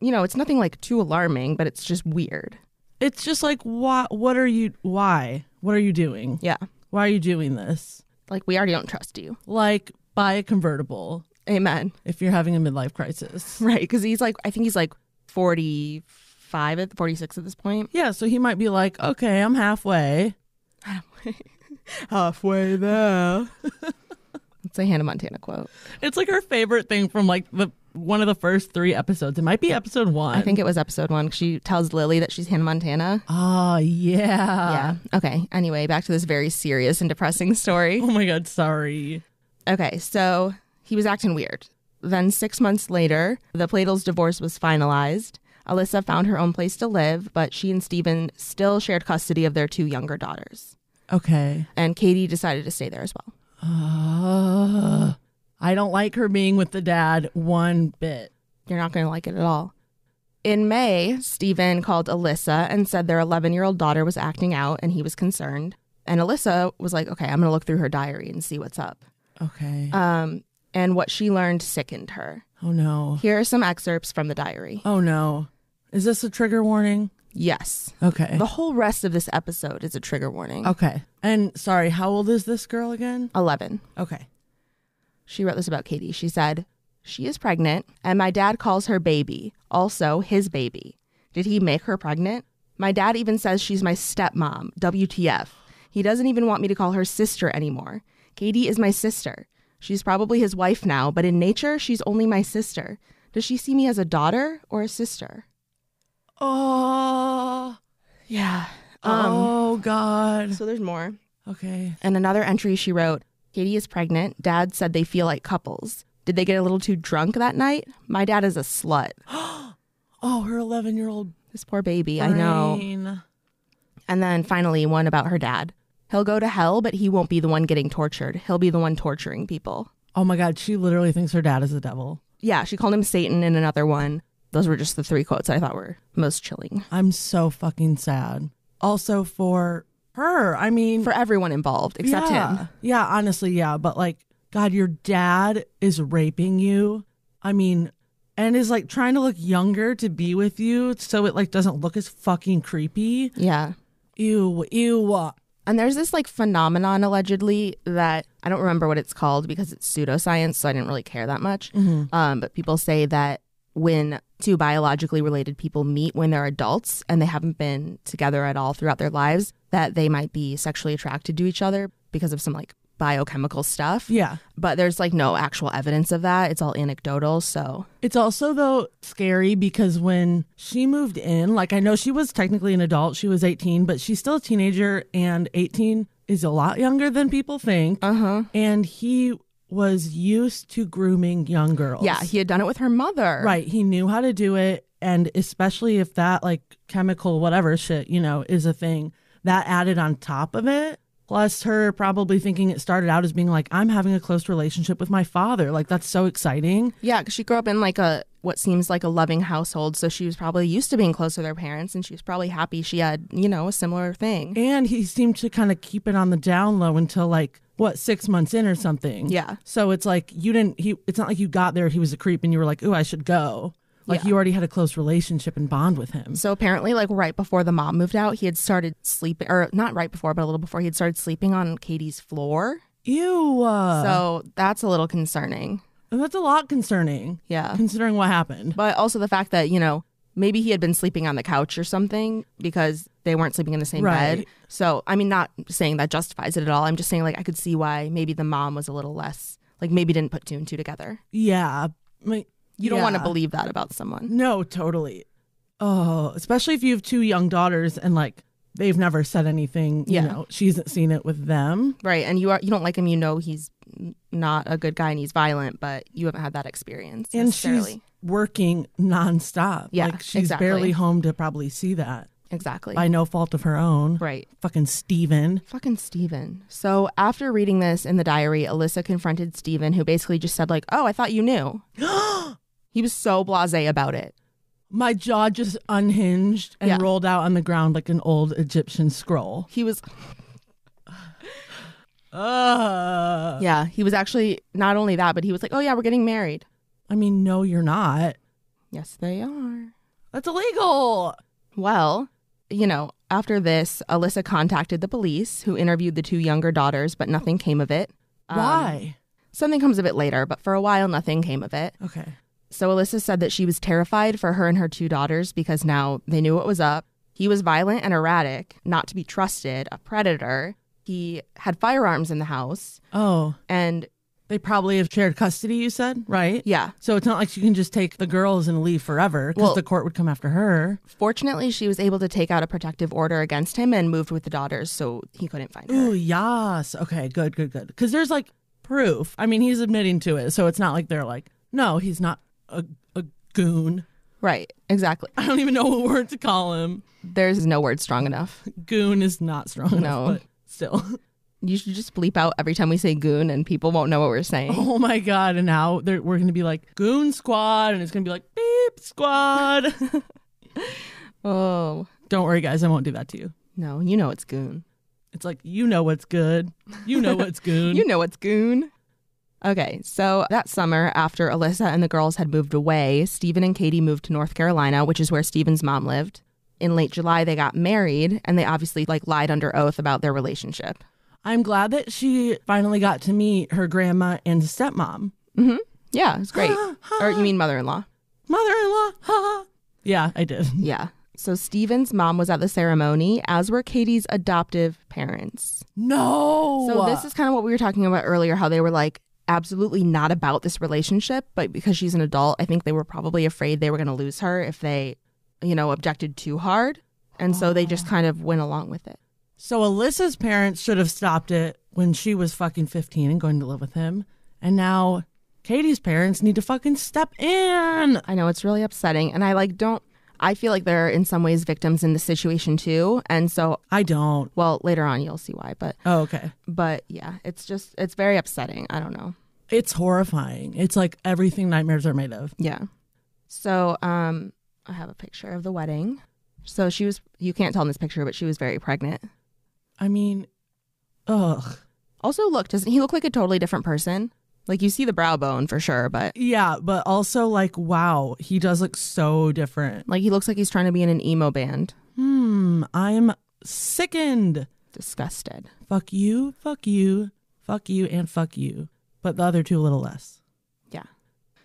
G: you know, it's nothing like too alarming, but it's just weird.
F: It's just like, why, what are you, why? What are you doing?
G: Yeah.
F: Why are you doing this?
G: Like, we already don't trust you.
F: Like, buy a convertible
G: Amen.
F: if you're having a midlife crisis.
G: Right. Because he's like, I think he's like 45, at 46 at this point.
F: Yeah, so he might be like, okay, I'm halfway.
G: Halfway there. It's a Hannah Montana quote.
F: It's like her favorite thing from like the one of the first three episodes. It might be episode one.
G: I think it was episode one. 'cause She tells Lily that she's Hannah Montana.
F: Oh yeah.
G: yeah. Okay. Anyway, back to this very serious and depressing story.
F: Oh my god, sorry.
G: Okay. So he was acting weird. Then, six months later, the Platels divorce was finalized. Alyssa found her own place to live, but she and Stephen still shared custody of their two younger daughters.
F: Okay.
G: And Katie decided to stay there as well.
F: Uh, I don't like her being with the dad one bit.
G: You're not going to like it at all. In May, Stephen called Alyssa and said their 11 year old daughter was acting out and he was concerned. And Alyssa was like, okay, I'm going to look through her diary and see what's up.
F: Okay.
G: Um, and what she learned sickened her.
F: oh no.
G: Here are some excerpts from the diary.
F: Oh no. Is this a trigger warning?
G: Yes.
F: Okay.
G: The whole rest of this episode is a trigger warning.
F: Okay. And sorry, how old is this girl again?
G: 11.
F: Okay.
G: She wrote this about Katie. She said, She is pregnant, and my dad calls her baby, also his baby. Did he make her pregnant? My dad even says she's my stepmom, WTF. He doesn't even want me to call her sister anymore. Katie is my sister. She's probably his wife now, but in nature, she's only my sister. Does she see me as a daughter or a sister?
F: Oh.
G: Yeah.
F: oh God.
G: Um, So there's more.
F: Okay.
G: And another entry she wrote Katie is pregnant. Dad said they feel like couples. Did they get a little too drunk that night? My dad is a slut.
F: Oh, her 11 year old.
G: This poor baby, I know. And then finally, one about her dad. He'll go to hell, but he won't be the one getting tortured. He'll be the one torturing people.
F: Oh my God. She literally thinks her dad is the devil.
G: Yeah, she called him Satan in another one. Those were just the three quotes I thought were most chilling
F: I'm so fucking sad. Also for her. I mean,
G: for everyone involved except
F: yeah.
G: him.
F: Yeah, honestly, yeah. But like, God, your dad is raping you. I mean, and is like trying to look younger to be with you so it like doesn't look as fucking creepy.
G: Yeah.
F: Ew, ew.
G: And there's this like phenomenon allegedly that I don't remember what it's called because it's pseudoscience, so I didn't really care that much. Um, but people say that when two biologically related people meet when they're adults and they haven't been together at all throughout their lives, that they might be sexually attracted to each other because of some like biochemical stuff.
F: Yeah.
G: But there's like no actual evidence of that. It's all anecdotal. So,
F: It's also though scary because when she moved in, like I know she was technically an adult, she was 18, but she's still a teenager and 18 is a lot younger than people think. Uh-huh. And he was used to grooming young girls.
G: yeah, he had done it with her mother.
F: Right. He knew how to do it. And especially if that, like, chemical, whatever shit, you know, is a thing that added on top of it. Plus, her probably thinking it started out as being like, I'm having a close relationship with my father. Like, that's so exciting.
G: Yeah, because she grew up in like a what seems like a loving household, so she was probably used to being close to their parents, and she was probably happy she had you know a similar thing.
F: And he seemed to kind of keep it on the down low until like, what, six months in or something.
G: Yeah.
F: So it's like, you didn't, he, it's not like you got there, he was a creep, and you were like, ooh, I should go. Like,
G: Yeah.
F: you already had a close relationship and bond with him.
G: So apparently, like right before the mom moved out, he had started sleeping, or not right before, but a little before, he had started sleeping on Katie's floor.
F: Ew. uh,
G: so that's a little concerning.
F: that's a lot concerning.
G: Yeah.
F: Considering what happened.
G: But also the fact that you know maybe he had been sleeping on the couch or something because they weren't sleeping in the same
F: Right.
G: bed. So I mean, not saying that justifies it at all. I'm just saying like I could see why maybe the mom was a little less like maybe didn't put two and two together.
F: Yeah. I mean,
G: You don't want to
F: yeah.
G: believe that about someone.
F: No, totally. Oh, especially if you have two young daughters and like they've never said anything,
G: Yeah.
F: you know, she hasn't seen it with them.
G: Right. And you are you don't like him, you know he's not a good guy and he's violent, but you haven't had that experience
F: And
G: necessarily.
F: she's working nonstop.
G: Yeah,
F: Like she's
G: exactly.
F: barely home to probably see that
G: exactly.
F: by no fault of her own.
G: Right.
F: Fucking Steven.
G: Fucking Steven. So after reading this in the diary, Alyssa confronted Steven, who basically just said, like, Oh, I thought you knew. he was so blase about it.
F: My jaw just unhinged and
G: Yeah.
F: rolled out on the ground like an old Egyptian scroll.
G: He was
F: Uh,
G: yeah, he was actually not only that, but he was like, Oh yeah, we're getting married.
F: I mean, no, you're not.
G: Yes, they are.
F: That's illegal.
G: Well, you know, after this, Alyssa contacted the police who interviewed the two younger daughters, but nothing came of it. Um,
F: Why?
G: Something comes of it later, but for a while, nothing came of it.
F: Okay.
G: So Alyssa said that she was terrified for her and her two daughters because now they knew what was up. He was violent and erratic, not to be trusted, a predator. He had firearms in the house.
F: Oh.
G: And
F: They probably have shared custody, you said, right?
G: yeah,
F: So it's not like she can just take the girls and leave forever because
G: Well-
F: the court would come after her.
G: fortunately, she was able to take out a protective order against him and moved with the daughters so he couldn't find her.
F: Ooh, yes. Okay, good, good, good. Because there's like proof. I mean, he's admitting to it. So it's not like they're like, no, he's not a, a goon.
G: Right, exactly.
F: I don't even know what word to call him.
G: There's no word strong enough.
F: Goon is not strong enough,
G: No.
F: but still.
G: You should just bleep out every time we say goon and people won't know what we're saying.
F: Oh my God. And now they're, we're going to be like, goon squad. And it's going to be like, beep. Bleep Squad.
G: Oh.
F: Don't worry, guys. I won't do that to you.
G: No, you know it's goon.
F: It's like, you know what's good. You know what's good.
G: You know it's goon. Okay, so that summer, after Alyssa and the girls had moved away, Stephen and Katie moved to North Carolina, which is where Stephen's mom lived. In late July, they got married, and they obviously like lied under oath about their relationship.
F: I'm glad that she finally got to meet her grandma and stepmom.
G: Yeah, it's great. or you mean mother-in-law?
F: Mother in law. yeah, I did.
G: Yeah. So Stephen's mom was at the ceremony, as were Katie's adoptive parents.
F: No.
G: So this is kind of what we were talking about earlier, how they were like absolutely not about this relationship, but because she's an adult, I think they were probably afraid they were going to lose her if they, you know, objected too hard. And so they just kind of went along with it.
F: So Alyssa's parents should have stopped it when she was fucking 15 and going to live with him. And now Katie's parents need to fucking step in.
G: I know it's really upsetting and I like don't I feel like they're in some ways victims in this situation too. And so
F: I don't.
G: well, later on you'll see why, but
F: Oh, okay.
G: but yeah, it's just it's very upsetting. I don't know.
F: It's horrifying. It's like everything nightmares are made of.
G: Yeah. So, um, I have a picture of the wedding. So she was, you can't tell in this picture, but she was very pregnant.
F: I mean, ugh.
G: Also, look, doesn't he look like a totally different person? Like you see the brow bone for sure, but
F: Yeah, but also like, wow, he does look so different.
G: like he looks like he's trying to be in an emo band.
F: Hmm, I'm sickened.
G: Disgusted.
F: Fuck you, fuck you, fuck you, and fuck you. But the other two a little less.
G: Yeah.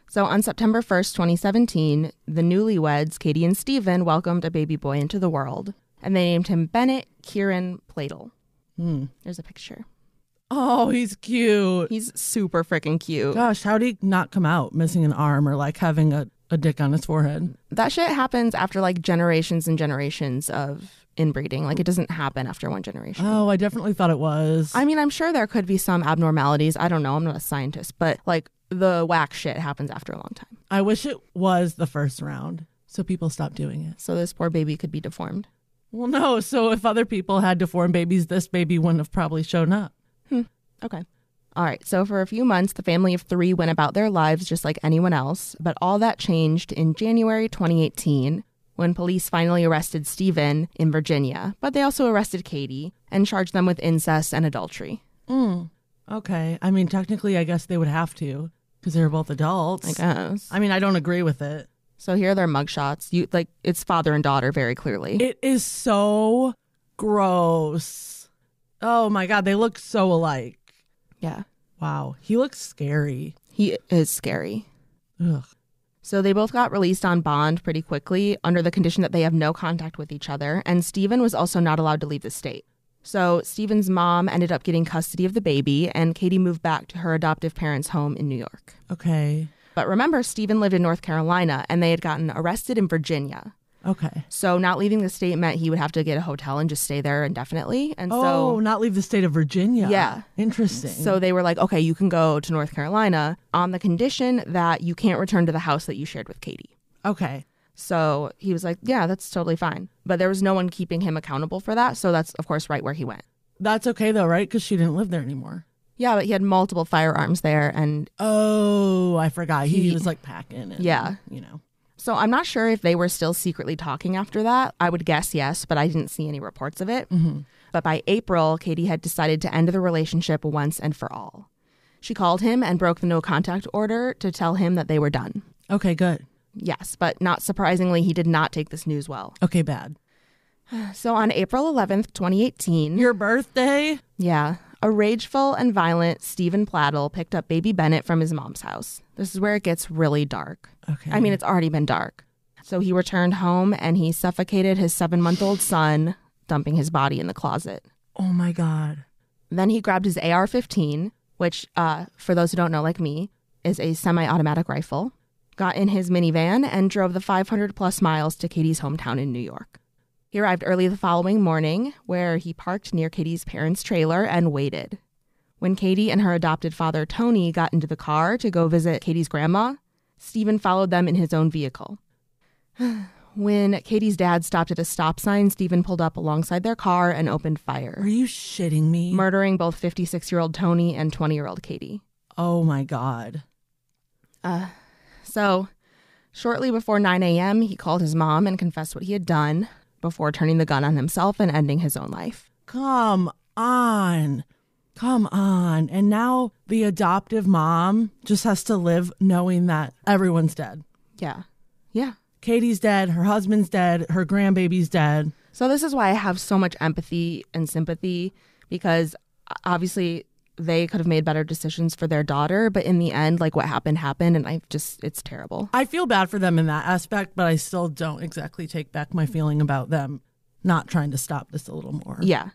G: So on September 1st, 2017, the newlyweds, Katie and Steven, welcomed a baby boy into the world and they named him Bennett Kieran Platel.
F: Hmm.
G: There's a picture.
F: Oh, he's cute.
G: He's super freaking cute.
F: Gosh, how did he not come out missing an arm or like having a, a dick on his forehead?
G: that shit happens after like generations and generations of inbreeding. Like it doesn't happen after one generation.
F: Oh, I definitely thought it was.
G: I mean, I'm sure there could be some abnormalities. I don't know. I'm not a scientist, but like the whack shit happens after a long time.
F: I wish it was the first round so people stop doing it.
G: So this poor baby could be deformed.
F: Well, no. So if other people had deformed babies, this baby wouldn't have probably shown up.
G: Okay. All right. So for a few months, the family of three went about their lives just like anyone else. But all that changed in January 2018 when police finally arrested Stephen in Virginia. But they also arrested Katie and charged them with incest and adultery.
F: Okay. I mean, technically, I guess they would have to because they were both adults.
G: I guess.
F: I mean, I don't agree with it.
G: So here are their mugshots. You like it's father and daughter very clearly.
F: It is so gross. Oh my God. They look so alike.
G: yeah.
F: Wow. He looks scary.
G: He is scary.
F: Ugh.
G: So they both got released on bond pretty quickly under the condition that they have no contact with each other and Stephen was also not allowed to leave the state. So Stephen's mom ended up getting custody of the baby and Katie moved back to her adoptive parents' home in New York.
F: Okay.
G: But remember Stephen lived in North Carolina and they had gotten arrested in Virginia.
F: Okay.
G: So not leaving the state meant he would have to get a hotel and just stay there indefinitely and so
F: oh, not leave the state of Virginia.
G: Yeah.
F: Interesting.
G: So they were like, okay, you can go to North Carolina on the condition that you can't return to the house that you shared with Katie.
F: okay.
G: So he was like, yeah, that's totally fine. But there was no one keeping him accountable for that. So that's, of course, right where he went.
F: That's okay though, right? Because she didn't live there anymore.
G: Yeah, but he had multiple firearms there. And
F: Oh, I forgot. He,
G: He-
F: was like packing. And,
G: Yeah.
F: You know.
G: so I'm not sure if they were still secretly talking after that. I would guess yes, but I didn't see any reports of it. But by April, Katie had decided to end the relationship once and for all. She called him and broke the no contact order to tell him that they were done.
F: Okay, good.
G: Yes, but not surprisingly, he did not take this news well.
F: Okay, bad.
G: So on April 11th, 2018,
F: Your birthday?
G: yeah, a rageful and violent Stephen Platel picked up baby Bennett from his mom's house. This is where it gets really dark.
F: Okay.
G: I mean, it's already been dark. So he returned home and he suffocated his seven month old son, dumping his body in the closet.
F: oh my God.
G: Then he grabbed his AR 15, which, uh, for those who don't know, like me, is a semi automatic rifle, got in his minivan, and drove the 500 plus miles to Katie's hometown in New York. He arrived early the following morning, where he parked near Katie's parents' trailer and waited. When Katie and her adopted father, Tony, got into the car to go visit Katie's grandma, Stephen followed them in his own vehicle. when Katie's dad stopped at a stop sign, Stephen pulled up alongside their car and opened fire
F: Are you shitting me?
G: murdering both 56 year old Tony and 20 year old Katie.
F: oh my God.
G: So Shortly before 9 a.m., he called his mom and confessed what he had done before turning the gun on himself and ending his own life.
F: Come on. Come on. And now the adoptive mom just has to live knowing that everyone's dead.
G: Yeah. Yeah.
F: Katie's dead. Her husband's dead. Her grandbaby's dead.
G: So this is why I have so much empathy and sympathy because obviously they could have made better decisions for their daughter, but in the end, like what happened happened, and I just it's terrible.
F: I feel bad for them in that aspect, but I still don't exactly take back my feeling about them not trying to stop this a little more.
G: Yeah,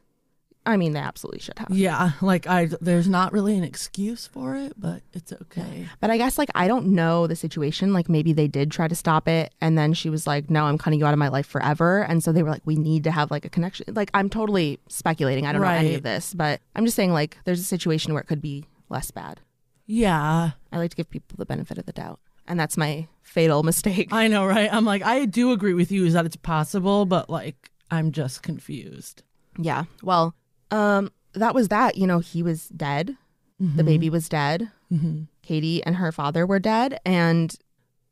G: I mean they absolutely should have.
F: Yeah, like I there's not really an excuse for it, but it's okay.
G: But I guess like I don't know the situation. Like maybe they did try to stop it, and then she was like, "No, I'm cutting you out of my life forever." And so they were like, "We need to have like a connection." Like I'm totally speculating. I don't know any
F: Right.
G: of this, but I'm just saying like there's a situation where it could be less bad.
F: Yeah.
G: I like to give people the benefit of the doubt, and that's my fatal mistake.
F: I know, right? I'm like I do agree with you is that it's possible, but like I'm just confused.
G: Yeah. Well, um, that was that. You know, he was dead.
F: Mm-hmm.
G: The baby was dead. Katie and her father were dead, and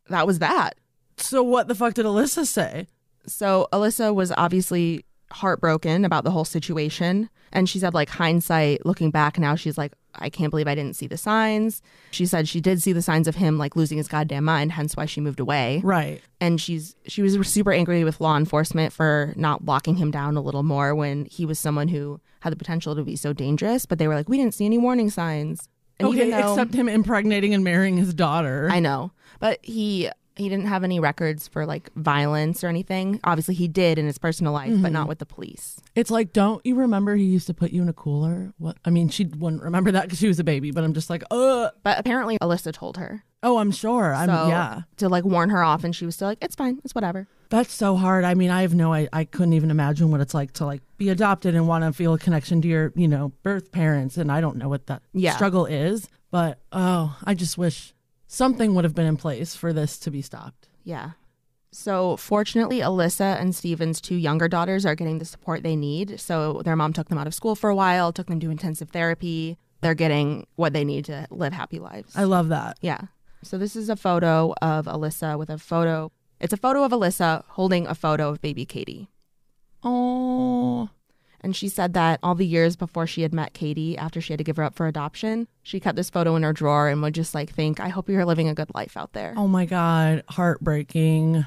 G: that was that.
F: So what the fuck did Alyssa say?
G: So Alyssa was obviously heartbroken about the whole situation, and she said, like hindsight, looking back now, she's like, I can't believe I didn't see the signs. She said she did see the signs of him like losing his goddamn mind, hence why she moved away.
F: Right.
G: and she's she was super angry with law enforcement for not locking him down a little more when he was someone who had the potential to be so dangerous but they were like we didn't see any warning signs and
F: okay,
G: even though
F: except him impregnating and marrying his daughter.
G: i know but he he didn't have any records for like violence or anything obviously he did in his personal life but
F: Mm-hmm.
G: not with the police
F: It's like, don't you remember he used to put you in a cooler? What? I mean, she wouldn't remember that because she was a baby. But I'm just like, uh,
G: but apparently alyssa told her
F: oh, I'm sure. I'm
G: so
F: yeah.
G: to like warn her off and she was still like it's fine it's whatever
F: That's so hard. I mean, I have no, I, I couldn't even imagine what it's like to like be adopted and want to feel a connection to your, you know, birth parents. And I don't know what that
G: Yeah.
F: struggle is, but oh, I just wish something would have been in place for this to be stopped.
G: Yeah. So fortunately, Alyssa and Steven's two younger daughters are getting the support they need. So their mom took them out of school for a while, took them to intensive therapy. They're getting what they need to live happy lives.
F: I love that.
G: yeah. So this is a photo of Alyssa with a photo. It's a photo of Alyssa holding a photo of baby Katie.
F: Oh,
G: And she said that all the years before she had met Katie, after she had to give her up for adoption, she kept this photo in her drawer and would just like think, I hope you're living a good life out there.
F: oh my God, heartbreaking.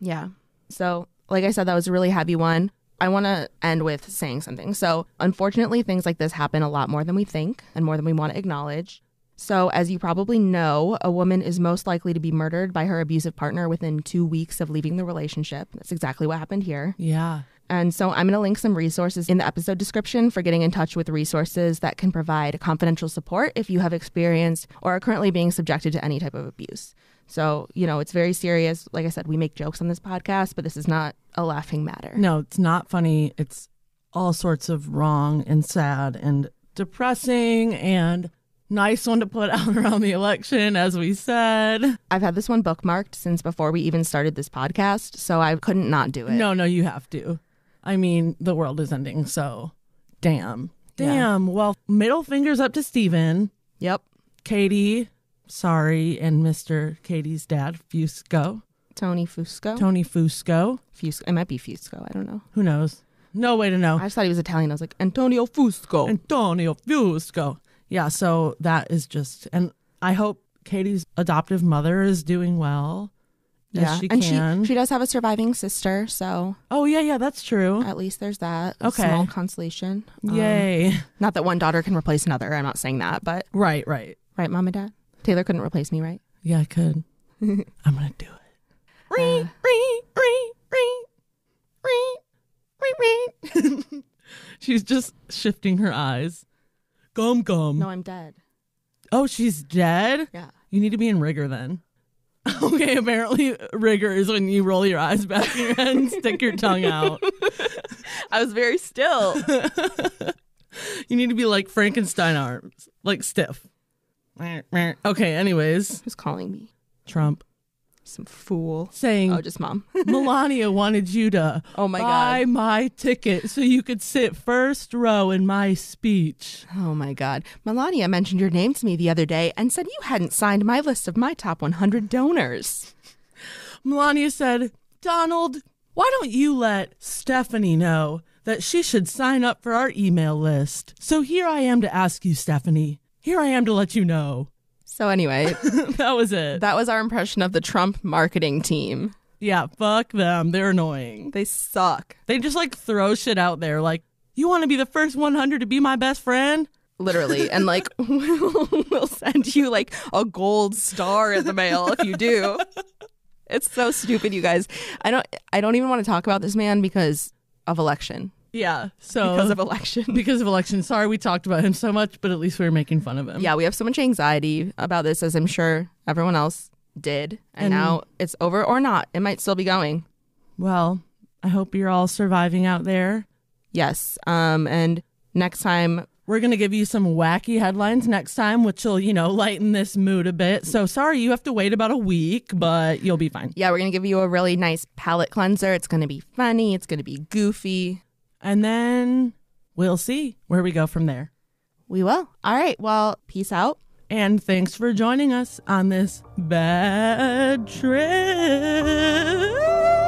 G: Yeah. So, like I said, that was a really heavy one. I want to end with saying something. So, unfortunately, things like this happen a lot more than we think and more than we want to acknowledge. So, as you probably know, a woman is most likely to be murdered by her abusive partner within two weeks of leaving the relationship. That's exactly what happened here.
F: Yeah.
G: And so, I'm going to link some resources in the episode description for getting in touch with resources that can provide confidential support if you have experienced or are currently being subjected to any type of abuse. So, you know, it's very serious. Like I said, we make jokes on this podcast, but this is not a laughing matter.
F: No, it's not funny. It's all sorts of wrong and sad and depressing and nice one to put out around the election, as we said.
G: I've had this one bookmarked since before we even started this podcast, so I couldn't not do it.
F: No, no, you have to. I mean, the world is ending, so damn. Damn. Well, middle fingers up to Steven,
G: Yep.
F: Katie, sorry, and Mr. Katie's dad, Fusco,
G: Tony Fusco.
F: Tony Fusco.
G: Fusco. It might be Fusco. I don't know.
F: Who knows? No way to know.
G: I just thought he was Italian. I was like, Antonio Fusco.
F: Antonio Fusco. Yeah, so that is just, and I hope Katie's adoptive mother is doing well. as
G: yeah.
F: she
G: and
F: can.
G: she she does have a surviving sister, so
F: oh yeah, yeah, that's true.
G: at least there's that. A
F: Okay.
G: Small consolation. Uh, Um,
F: Yay!
G: Not that one daughter can replace another. I'm not saying that, but
F: right, right.
G: right, mom and dad? Taylor couldn't replace me, right?
F: Yeah, I could. I'm gonna do it. Uh, Ring, ring, ring, ring, ring, ring, ring. she's just shifting her eyes. Gum, gum.
G: No, I'm dead.
F: oh, she's dead.
G: Yeah.
F: You need to be in rigor then. Okay, apparently rigor is when you roll your eyes back in your head and stick your tongue out.
G: I was very still.
F: You need to be like Frankenstein arms, like stiff. Okay, anyways,
G: Who's calling me?
F: Trump
G: Some fool.
F: saying
G: Oh, just mom.
F: Melania wanted you to
G: Oh my
F: buy
G: God.
F: my ticket so you could sit first row in my speech.
G: oh my God. Melania mentioned your name to me the other day and said you hadn't signed my list of my top 100 donors.
F: Melania said, Donald, why don't you let Stephanie know that she should sign up for our email list? So here I am to ask you, Stephanie. Here I am to let you know.
G: So, anyway,
F: that was it.
G: that was our impression of the Trump marketing team.
F: yeah, fuck them. They're annoying.
G: They suck.
F: They just like throw shit out there like, you want to be the first 100 to be my best friend?
G: literally and like we'll, we'll send you like a gold star in the mail if you do it's so stupid you guys i don't i don't even want to talk about this man because of election
F: Yeah. So
G: because of election
F: because of election. Sorry we talked about him so much, but at least we were making fun of him.
G: yeah we have so much anxiety about this as i'm sure everyone else did and, now it's over or not it might still be going
F: Well, I hope you're all surviving out there.
G: yes um and next time
F: We're going to give you some wacky headlines next time, which will, you know, lighten this mood a bit. So sorry you have to wait about a week, but you'll be fine.
G: yeah we're gonna give you a really nice palate cleanser it's gonna be funny it's gonna be goofy
F: And then we'll see where we go from there.
G: we will all right well peace out
F: And thanks for joining us on this bad trip.